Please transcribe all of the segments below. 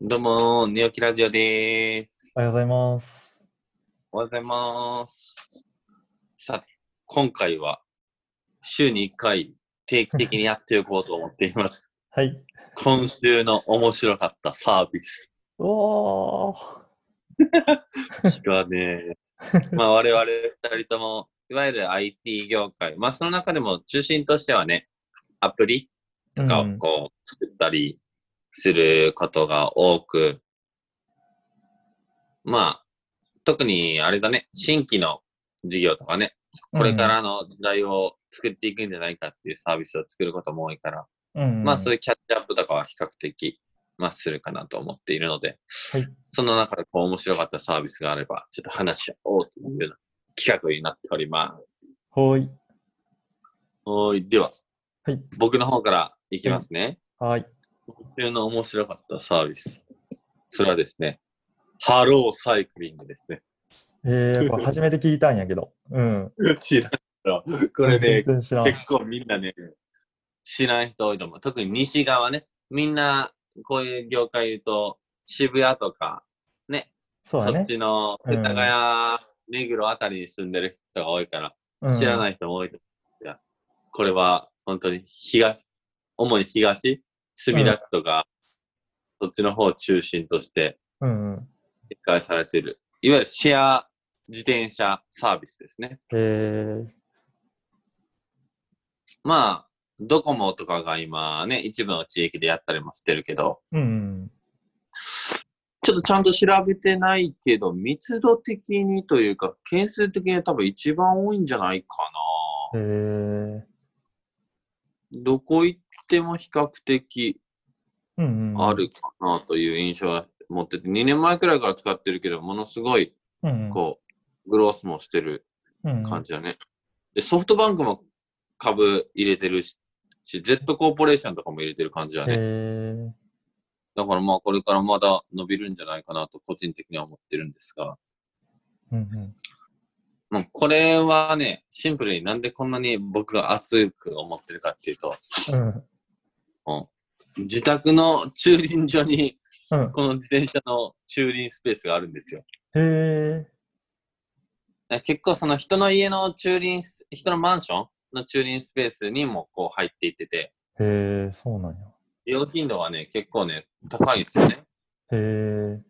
どうもー、寝起きラジオでーす。おはようございます。おはようございます。さて、今回は週に1回定期的にやっていこうと思っています。はい。今週の面白かったサービス。おこー。ちらね、まあ我々2人とも、いわゆる IT 業界、まあその中でも中心としてはね、アプリとかをうんこう作ったりすることが多く、まあ、特にあれだね、新規の事業とかね、これからの時代を作っていくんじゃないかっていうサービスを作ることも多いから、うん、まあそういいうキャッチアップとかは比較的、まあするかなと思っているので、はいその中でこう面白かったサービスがあれば、ちょっと話し合おうというような企画になっております。うん。ほーい。おーい、では、はい。僕の方からいきますね。はーい。今週の面白かったサービス。それはですね、ハローサイクリングですね。えー、これ初めて聞いたんやけど。うん。 知らん人これね全、然知らん。結構みんなね、知らん人多いと思う。特に西側ね、みんなこういう業界言うと、渋谷とか、そうそだねっ。ちのうん。世田谷、目黒あたりに住んでる人が多いから、知らないい人も多いと思うんですが、これは本当に東、主に東、墨田区とか、そっちの方を中心として、うんうん。展開されてる、いわゆるシェア自転車サービスですね。えー、まあ、ドコモとかが今ね、一部の地域でやったりもしてるけど、うんうん。ちょっとちゃんと調べてないけど、密度的にというか、件数的には多分一番多いんじゃないかえー、な。どこ行っても比較的うんうん。あ。るかなという印象は持ってて、2年前くらいから使ってるけど、ものすごい、うん、こう、グロースもしてるうん。感じだね。で、ソフトバンクも株入れてるし、し Z コーポレーションとかも入れてる感じだえね。ー、だからまあこれからまだ伸びるんじゃないかなと個人的には思ってるんですが、うんうん。まあ、これはね、シンプルになんでこんなに僕が熱く思ってるかっていうと、うん。うん自宅の駐輪場にうん。この自転車の駐輪スペースがあるんですよ。えだから結構その人の家の駐輪ス、人のマンションの駐輪スペースにもこう入っていってて、ー、えー、そうなんや。利用頻度はね、結構ね、高いんですよね。えー、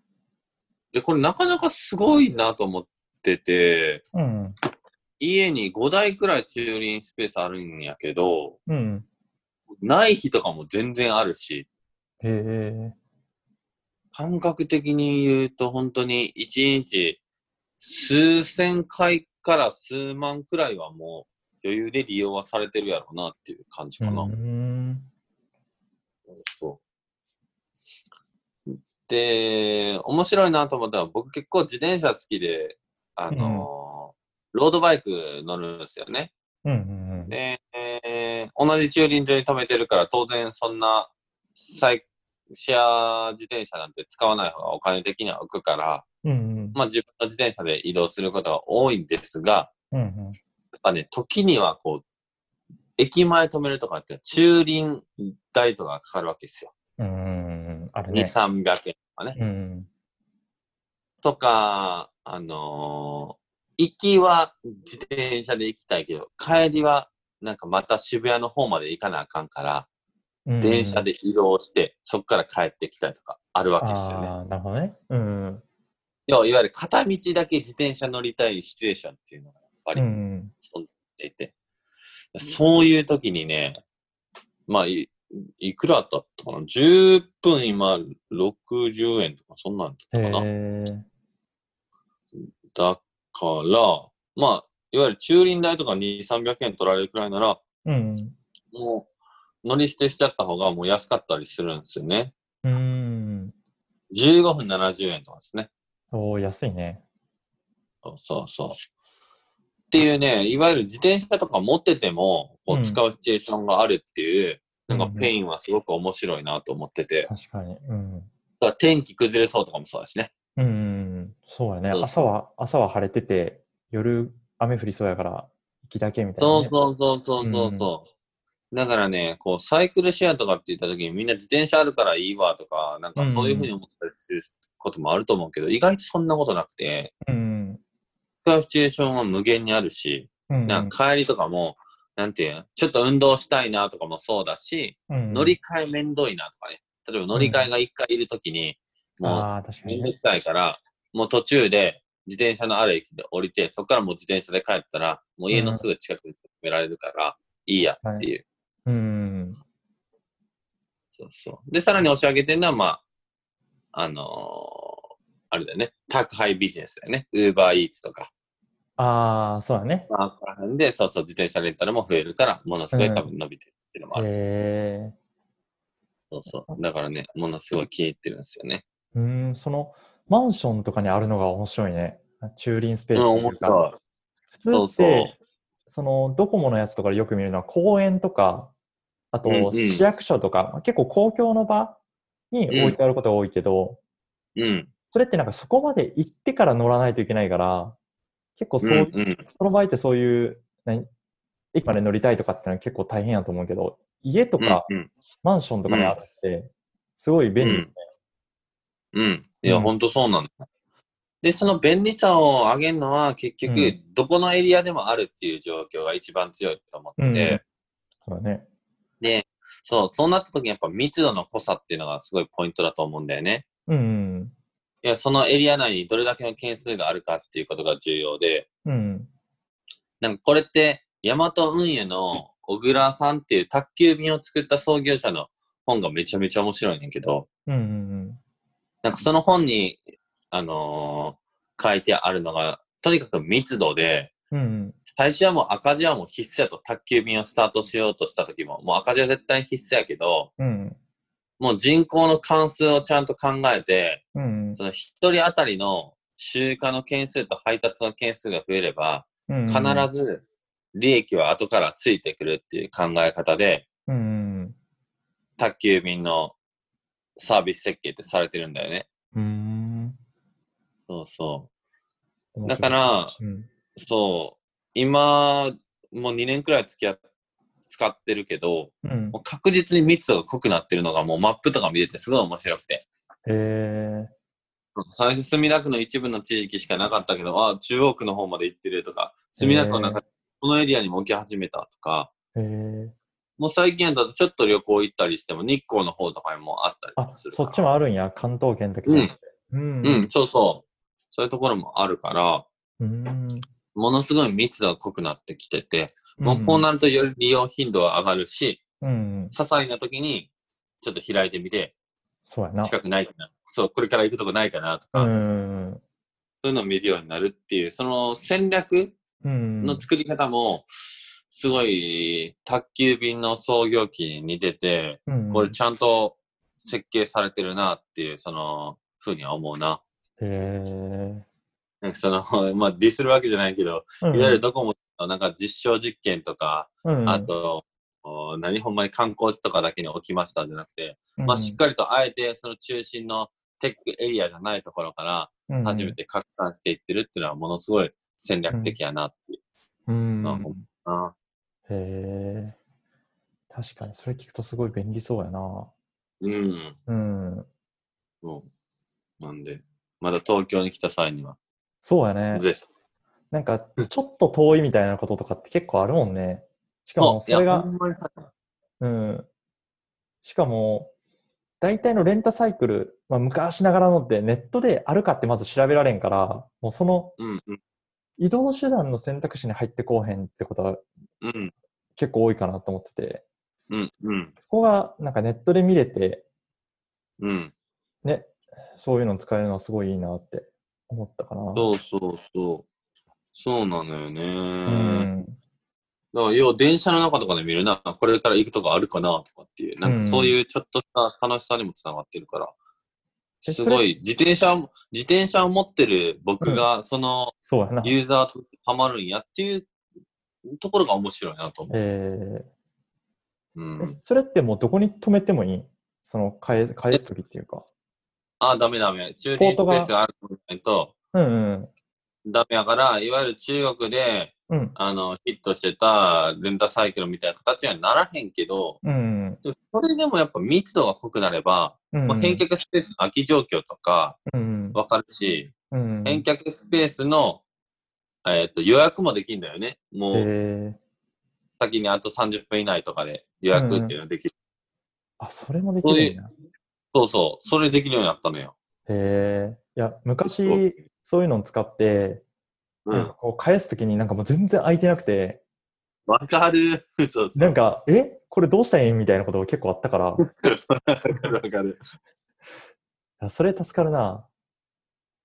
で、これなかなかすごいなと思ってて、うん家に5台くらい駐輪スペースあるんやけど、うん。うん。ない日とかも全然あるし、えー、感覚的に言うと本当に1日数千回から数万くらいはもう余裕で利用はされてるやろうなっていう感じうかな。ん。そう。で、面白いなと思ったのは、僕結構自転車好きで、あのーロードバイク乗るんですよね。うんうんうん。で、えー同じ駐輪場に止めてるから、当然そんなサイシェア自転車なんて使わない方がお金的には浮くから、うんまあ自分の自転車で移動することが多いんですが、うん。うんやっぱね、時にはこう、駅前止めるとかって駐輪代とかかかるわけですよ。うん。うんうん。あ2、るね。 300円とかね。うん。とか、あのー行きは自転車で行きたいけど、帰りはなんかまた渋谷の方まで行かなあかんから、うん電車で移動して、そこから帰ってきたりとかあるわけですよね。ああ、なるほどね。うん。要はいわゆる片道だけ自転車乗りたいシチュエーションっていうのがやっぱうりん。存在て、そういう時にね、まあ、いいくらだったかな ?10 分今60円とかそんなんだったへかなえ。だから、まあ、いわゆる駐輪代とか2、300円取られるくらいなら、うん。もう乗り捨てしちゃった方がもう安かったりするんですよね。うん。 15分70円とかですね。おお、安いね。そうそうそう。っていうね、いわゆる自転車とか持ってても、こううん使うシチュエーションがあるっていう、なんうんうかんペインはすごく面白いなと思ってて、確かに。うん。だから天気崩れそうとかもそうだしね。うん。そうやね。そうそう朝は、朝は晴れてて、夜雨降りそうやから、行きだけみたいなそね。うそうそうそうそうそう。だからね、こう、サイクルシェアとかって言った時にみんな自転車あるからいいわとか、なんかそういうふうに思ったりすることもあると思うけど、意外とそんなことなくて、うん。使うシチュエーションは無限にあるし、うん。なんか帰りとかも、なんていうんちょっと運動したいなとかもそうだし、うん乗り換えめんどいなとかね。例えば乗り換えが一回いる時に、もああ、確うかめにんどね。くさいから、もう途中で自転車のある駅で降りて、そこからもう自転車で帰ったら、もう家のすぐ近くに止められるから、いいやっていう。うん。そうそう。で、さらに押し上げてるのは、まあ、あのーあれだよね。宅配ビジネスだよね。ウーバーイーツとか。ああ、そうだね。まあ、ここら辺で、そうそう、自転車レンタルも増えるから、ものすごい多分伸びてるっていうのもある。えそうそう。だからね、ものすごい気に入ってるんですよね。えうん、その、マンションとかにあるのが面白いね。駐輪スペーうん、スと思いっうたか。。普通ってそうそそうのドコモのやつとかでよく見るのは公園とかあとうんうん市役所とか、まあ結構公共の場に置いてあることが多いけど、うん、それってなんかそこまで行ってから乗らないといけないから結構うそう、ん、うん。その場合ってそういう何駅まで乗りたいとかってのは結構大変やと思うけど家とかうん、マンションとかにあるってすごい便う利、ん。うん。いや、うんほんとそうなんだ。で、その便利さを上げるのは、結局、うんどこのエリアでもあるっていう状況が一番強いと思ってて、うんそうだねで、そう、そうなった時にやっぱ密度の濃さっていうのがすごいポイントだと思うんだよね。うんいや、そのエリア内にどれだけの件数があるかっていうことが重要で、うんうんなんかこれって、ヤマト運輸の小倉さんっていう宅急便を作った創業者の本がめちゃめちゃ面白いねんけど、うんうんなんかその本に、あのー書いてあるのが、とにかく密度で、うんうん最初はもう赤字はもう必須やと宅急便をスタートしようとした時も、もう赤字は絶対必須やけど、うんもう人口の関数をちゃんと考えて、うんその一人当たりの集荷の件数と配達の件数が増えれば、うん必ず利益は後からついてくるっていう考え方で、うんうん宅急便のサービス設計ってされてるんだよね。うーん。そうそう。面白いだか、ら、うん。そう、今、もう2年くらい付き合っ使ってるけど、うんもう確実に密度が濃くなってるのがもうマップとか見ててすごい面白くて。え最初墨田区の一部の地域しかなかったけど、あ中央区の方まで行ってるとか、墨田区の中、このエリアにも置き始めたとか、ー、えー。もう最近だとちょっと旅行行ったりしても日光の方とかにもあったりとあ、かするかそら。っちもあるんや。関東圏だけじゃなくて。うんうん、そうそう。そういうところもあるから、うん。ものすごい密度が濃くなってきてて、うん。もうこうなるとより利用頻度は上がるし、うん。些細な時にちょっと開いてみて、そうやな。近くないかな、そう、これから行くとこないかなとか、うん。そういうのを見るようになるっていう、その戦略うん。の作り方も、すごい、宅急便の創業期に似てて、うんこれちゃんと設計されてるなっていう、その、ふうには思うな。えー。なんかその、 まあ、ディスるわけじゃないけど、うんいわゆるドコモのなんか実証実験とか、うん、あと、お何ほんまに観光地とかだけに置きましたじゃなくて、うん、まあ、しっかりとあえてその中心のテックエリアじゃないところからり初め。て拡散していってるっていうのはものすごい戦略的やなっていううん。まあな。へえー。確かに、それ聞くとすごい便利そうやな。うん。うん。そう。なんで、まだ東京に来た際には、そうやね。ぜひ。なんか、ちょっと遠いみたいなこととかって結構あるもんね。しかも、そう、いそれや、がほ。んまにさうん。しかも、大体のレンタサイクル、まあ、昔ながらのってネットであるかってまず調べられんから、もうそのうん、うん、移動手段の選択肢に入ってこうへんってことはうん、結構多いかなと思ってて、うん、うん、ここがなんかネットで見れて、うん。ね、そういうの使えるのはすごいいいなって思ったかな。そうそうそう。そうなのよね。うん。だから、要は電車の中とかで見るな、これから行くとこあるかなとかっていう、なんかそういうちょっとした楽しさにもつながってるから、えすごい、自転車を、自転車を持ってる僕が、そのそうやな。ユーザーとハマるんやっていうところが面白いなと思えう。うーえん。それってもうどこに止めてもいいその返返すときっていうか。あー、ダメダメ。駐輪スペースがあるとこじゃないと、うんうん。ダメやから、いわゆる中国で、うん。あの、ヒットしてたレンタサイクルみたいな形にはならへんけど、うん。でもそれでもやっぱ密度が濃くなれば、うん。まあ、返却スペースの空き状況とかうん。わかるし、うん。返却スペースの、えっと予約もできるんだよね。もうえー先にあと30分以内とかで予約っていうのができる。あ、それもできるんだ。そうそう、それできるようになったのよ。へえ。いや、そう昔、そういうのを使って、うなんかん。こう返すときになんかもう全然空いてなくて、わかる。 そうそう。なんか、えこれどうしたらいいみたいなことが結構あったから、わいかるわかる。やそれ助かるな。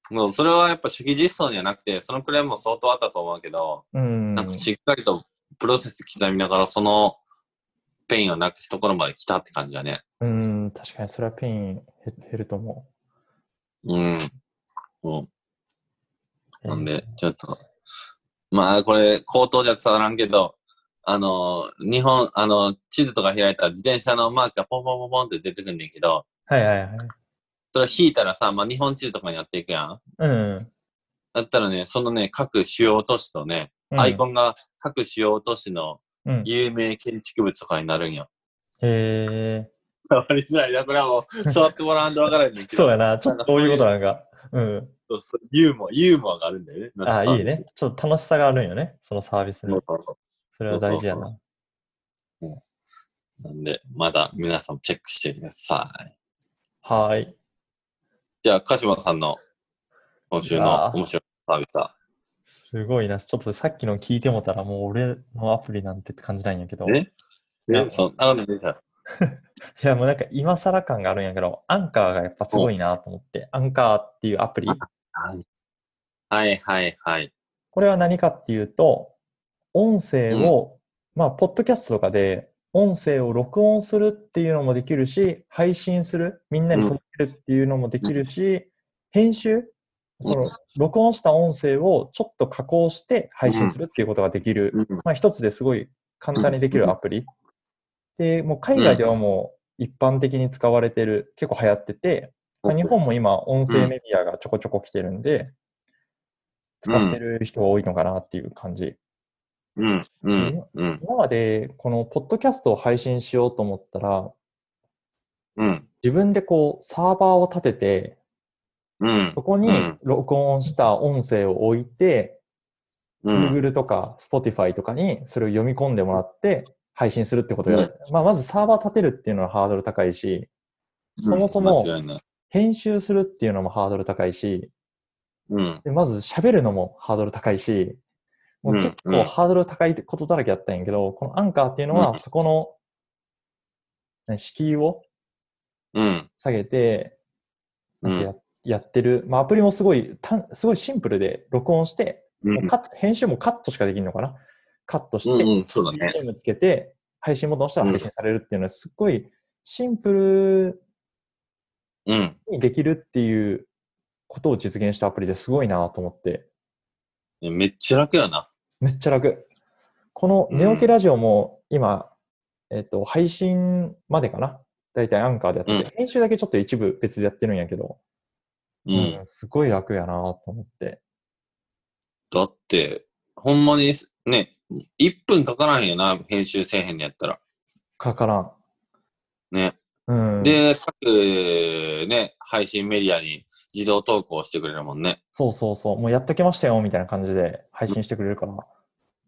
もうそれはやっぱ主義実装じゃなくて、そのくらいも相当あったと思うけど、うん。なんかしっかりとプロセス刻みながら、そのペインをなくすところまで来たって感じだね。うん、確かにそれはペイン減減ると思うん。うんう。なんで、ちょっと、まあ、これ、口頭じゃ伝わらんけど、あの、日本、あの、地図とか開いたら自転車のマークがポンポンポンポンって出てくんねんけど、はいはいはい。それを引いたらさ、まあ、日本地図とかにやっていくやん。うん。だったらね、そのね、各主要都市とね、アイコン。ンが各主要都市のうん、へ有名建築物とかになるんよ。え。わかりづらいな、これはもう、触ってもらわんとわからんねんけど。そうやな。ちょっとどういうことなんか。うん。そうそうユーモア、ユーモアがあるんだよね。ああ、いいね。。ちょっと楽しさがあるんよね。そのサービスそにう。そうそそれは大事やそな。うなんで、まだ皆さんチェックしてください。はーい。じゃあ、鹿島さんの今週いやのー面白いサービスだ。すごいな。ちょっとさっきの聞いてもたら、もう俺のアプリなんてって感じなんやけど。えいやえそんなことないじゃんいや、もうなんか今更感があるんやけど、アンカーがやっぱすごいなと思って、アンカーっていうアプリ。はいはいはいはい。これは何かっていうと、音声を、まあ、ポッドキャストとかで、音声を録音するっていうのもできるし、配信する、みんなに届けるっていうのもできるし、編集、その、録音した音声をちょっと加工して配信するっていうことができる、うんまあ、一つですごい簡単にできるアプリ。で、もう海外ではもう一般的に使われてる、結構流行ってて、まあ日本も今音声メディアがちょこちょこ来てるんで、使ってる人が多いのかなっていう感じ。うんうんうん今までこのポッドキャストを配信しようと思ったら、うん自分でこうサーバーを立てて、うんそこにうん録音した音声を置いて、うん Google とか Spotify とかにそれを読み込んでもらって配信するってことで、まあ、まずサーバー立てるっていうのはハードル高いし、そもそも間違いない編集するっていうのもハードル高いし、うんでまず喋るのもハードル高いし、もう結うんう構んハードル高いことだらけやったんやけど、このアンカーっていうのうんはそこの、ね敷居をうん下げてうや,、んやってる、まあ、アプリもすごいたすごいシンプルで録音して、うもうんカット編集もカットしかできるのかなカットして、うんうんそうだねゲームつけて、配信ボタン押したら配信されるっていうのは、すっごいシンプうんルにできるっていうことを実現したアプリですごいなと思って、めっちゃ楽やなめっちゃ楽。このうんネオケラジオも今、えっと、配信までかな。だいたいアンカーでやってて、編集だけちょっと一部別でやってるんやけど、うんうんすごい楽やなと思って。だってほんまにね1分かからんよな編集せえへんのやったらかからねん。うん。、で各ね配信メディアに自動投稿してくれるもんねそうそうそう。もうやっときましたよ、みたいな感じで配信してくれるから、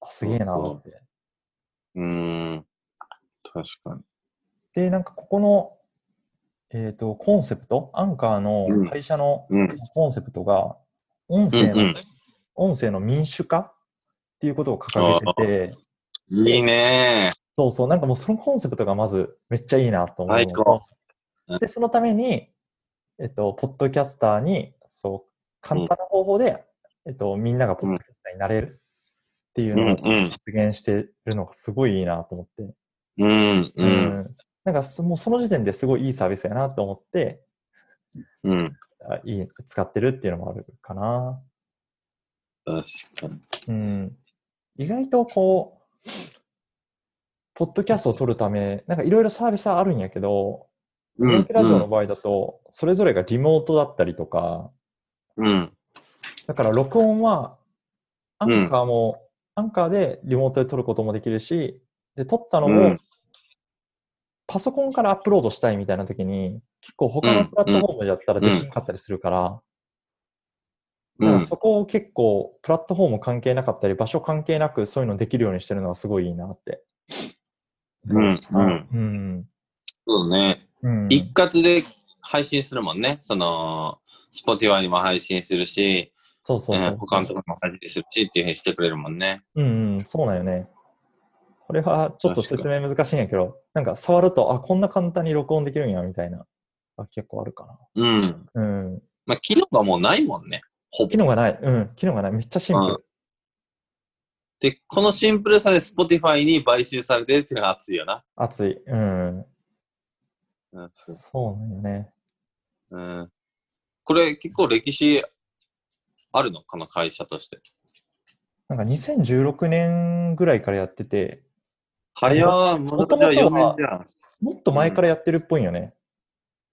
あ、すげえなそうって。うーん確かにで、なんかここの、えっ、と、コンセプト、アンカーのうん会社のうんコンセプトが、音声の、うんうん音声の民主化っていうことを掲げてて、いいねそうそう、なんかもうそのコンセプトがまずめっちゃいいなと思うのと。最高うんで、そのために、えっと、ポッドキャスターに、そう、簡単な方法で、えっと、みんながポッドキャスターになれるっていううのんをうん実現してるのがすごいいいなと思って。うんううんんなんかそ、もうその時点ですごいいいサービスやなと思って、うんあいい、使ってるっていうのもあるかな。確かにうん。意外とこう、ポッドキャストを撮るため、なんかいろいろサービスはあるんやけど、うネイんキラジオの場合だと、それぞれがリモートだったりとか、うんだから録音は、アうんンカーもアンカーでリモートで撮ることもできるし、で、撮ったのうもん、パソコンからアップロードしたいみたいな時に、結構他のプラットフォームだったらできなかったりするから、うなんんかそこを結構、プラットフォーム関係なかったり、場所関係なくそういうのできるようにしてるのがすごいいいなって。うんうんうん。そうね。うん。一括で配信するもんね。その、Spotify にも配信するし、そうそうえそーう。他のところも配信するしっていうふうにしてくれるもんね。うんうん、そうなんよね。これはちょっと説明難しいんやけど、なんか触ると、あ、こんな簡単に録音できるんや、みたいな。あ結構あるかうん。な。うん。まあ、機能がもうないもんね。ほぼ機。能がない。うん。機能がない。めっちゃシンプで、このシンプルさで Spotify に買収されてるっていうのが熱いよな。ル。熱い。うん。うん。そうなんよね。うん、これ結構歴史あるのかな、会社として。なんか2016年ぐらいからやってて、早ー、もうじゃあ4年じゃん。もっと前からやってるっぽいんよね。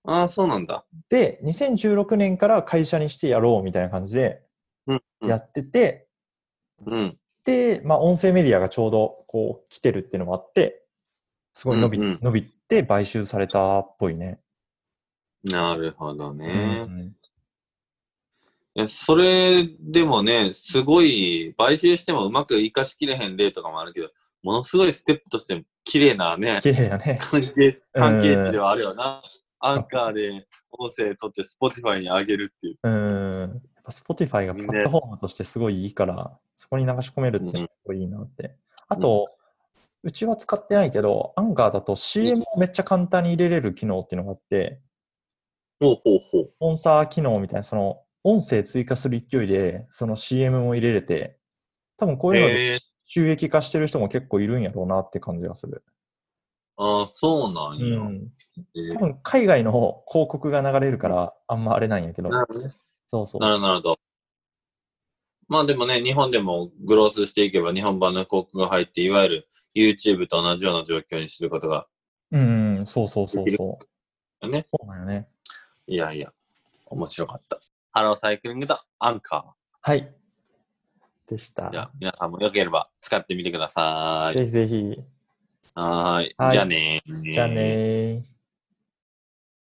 ああ、そうなんだ。で、2016年から会社にしてやろうみたいな感じでうんうんやってて、うん。で、まあ、音声メディアがちょうどこう来てるっていうのもあって、すごい伸び,、うんうん伸びて買収されたっぽいね。なるほどね。うんいやそれでもね、すごい、買収してもうまく活かしきれへん例とかもあるけど、ものすごいステップとして綺麗なね、綺麗だね。関係、関係値ではあるよな。アンカーで音声取って Spotify に上げるっていう。うん。やっぱ Spotify がプラットフォームとしてすごいいいから、そこに流し込めるっていうのがすごいいいなって。あと、うちは使ってないけど、アンガーだと CM をめっちゃ簡単に入れれる機能っていうのがあって、ほうほうほうス。ポンサー機能みたいな、その音声追加する勢いで、その CM も入れれて、多分こういうのへでー収益化してる人も結構いるんやろうなって感じがする。ああ、そうなんうや。ん。えー多分海外の方広告が流れるから、あんまあれなんやけど。なるほどねそうそうな。るほどなるほど。まあでもね、日本でもグロースしていけば日本版の広告が入って、いわゆる YouTube と同じような状況にすることが。うんうん、そうそうそうそう。ねそうなんよね。いやいや、面白かった。ハローサイクリングとアンカはい。でしー。じゃあ。た皆さんもよければ使ってみてください。ぜひぜひ。はーい。はいじゃあねー。じゃあねー。